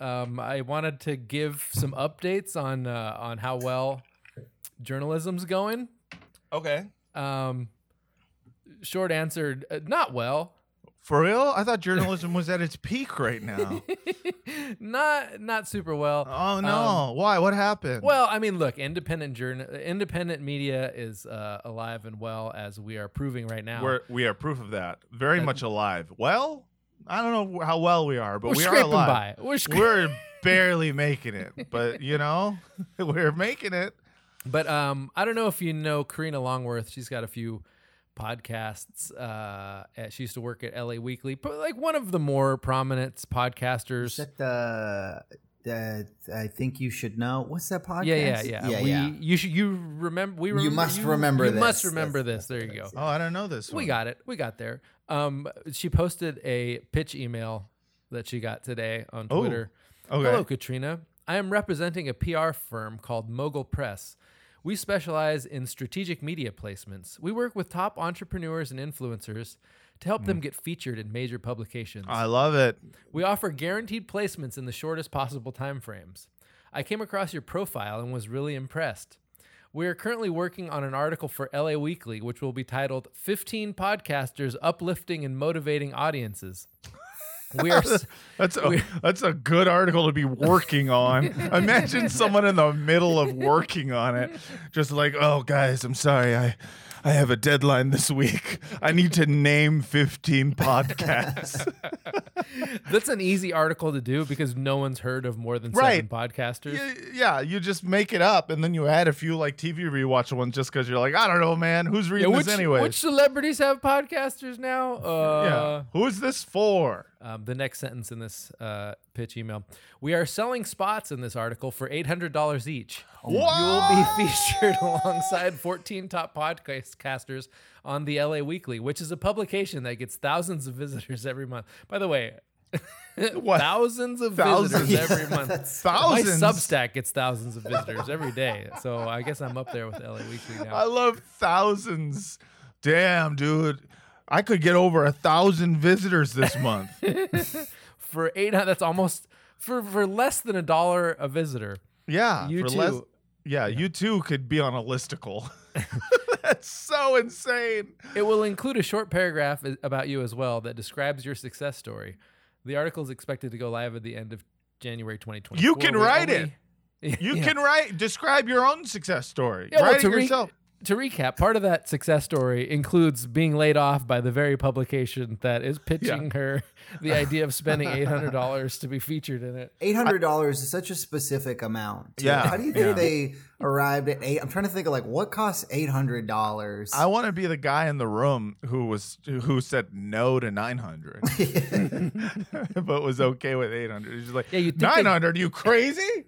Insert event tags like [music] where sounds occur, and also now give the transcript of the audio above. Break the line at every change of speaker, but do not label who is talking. Um, I wanted to give some updates on uh, on how well journalism's going.
Okay.
Um, short answer, uh, not well. [laughs]
For real? I thought journalism was at its peak right [laughs] now.
not not super well.
Oh no! Why? What happened?
Well, I mean, look, independent journal, independent media is uh, alive and well, as we are proving right now.
We're, we are proof of that. Very
That-
much alive. Well, I don't know how well we are, but
We're
we are
scraping
alive.
by. We're, scra-
We're barely making it, but you know, [laughs] we're making it.
but um, I don't know if you know Karina Longworth. She's got a few podcasts. Uh, at, she used to work at LA Weekly, but like one of the more prominent
Is
podcasters.
that the, the I think you should know. What's that podcast?
Yeah, yeah, yeah. we, You should. You remember? We
You
remember.
must remember
You
this.
must remember this.
That's-
There
that's
you
what
go.
it is.
Oh, I don't know this.
We
one.
got it. We got there. Um, she posted a pitch email that she got today on
Oh,
Twitter.
Okay.
Hello, Katrina. I am representing a PR firm called Mogul Press. We specialize in strategic media placements. We work with top entrepreneurs and influencers to help
Hmm.
them get featured in major publications.
I love it.
We offer guaranteed placements in the shortest possible timeframes. I came across your profile and was really impressed. We are currently working on an article for LA Weekly, which will be titled 15 Podcasters Uplifting and Motivating Audiences. We are.
[laughs]
s-
That's a, that's a good article to be working [laughs] on. Imagine someone in the middle of working on it, just like, oh guys, I'm sorry, I I have a deadline this week. I need to name 15 podcasts.
that's an easy article to do because no one's heard of more than seven
Right.
podcasters.
Y- [laughs] yeah, you just make it up, and then you add a few like TV rewatch ones just because you're like, I don't know, man, who's
Yeah,
reading
which,
this anyway?
which celebrities have podcasters now? Uh,
yeah, who's this for?
um, the next sentence in this uh, pitch email. We are selling spots in this article for $800 each.
Oh
You will be featured [laughs] alongside 14 top podcasters on the LA Weekly, which is a publication that gets thousands of visitors every month. By the way, [laughs]
What?
thousands of
Thousands.
visitors every
Yeah,
month.
that's-
My
Thousands.
Substack gets thousands of visitors every day. So I guess I'm up there with LA Weekly now.
I love thousands. Damn, dude. I could get over a thousand visitors this month.
[laughs] for eight hundred. That's almost for for less than a dollar a visitor.
Yeah.
You
for
too.
less- yeah, you too could be on a [laughs] listicle. That's so insane.
It will include a short paragraph i- about you as well that describes your success story. The article is expected to go live at the end of January 2020.
You can write it.
[laughs]
You can write, describe your own success story.
Yeah, well,
write
to
it
re-
yourself.
To recap, part of that success story includes being laid off by the very publication that is pitching her the idea of spending $800 to be featured in it.
Eight hundred dollars is such a specific amount. too.
Yeah,
How do you think
yeah.
they arrived at eight? I'm trying to think of like what costs eight hundred dollars.
I want to be the guy in the room who was who said no
[laughs]
to 900, [laughs] but was okay with 800. He's just like,
Yeah, you'd think they- [laughs]
900? You crazy?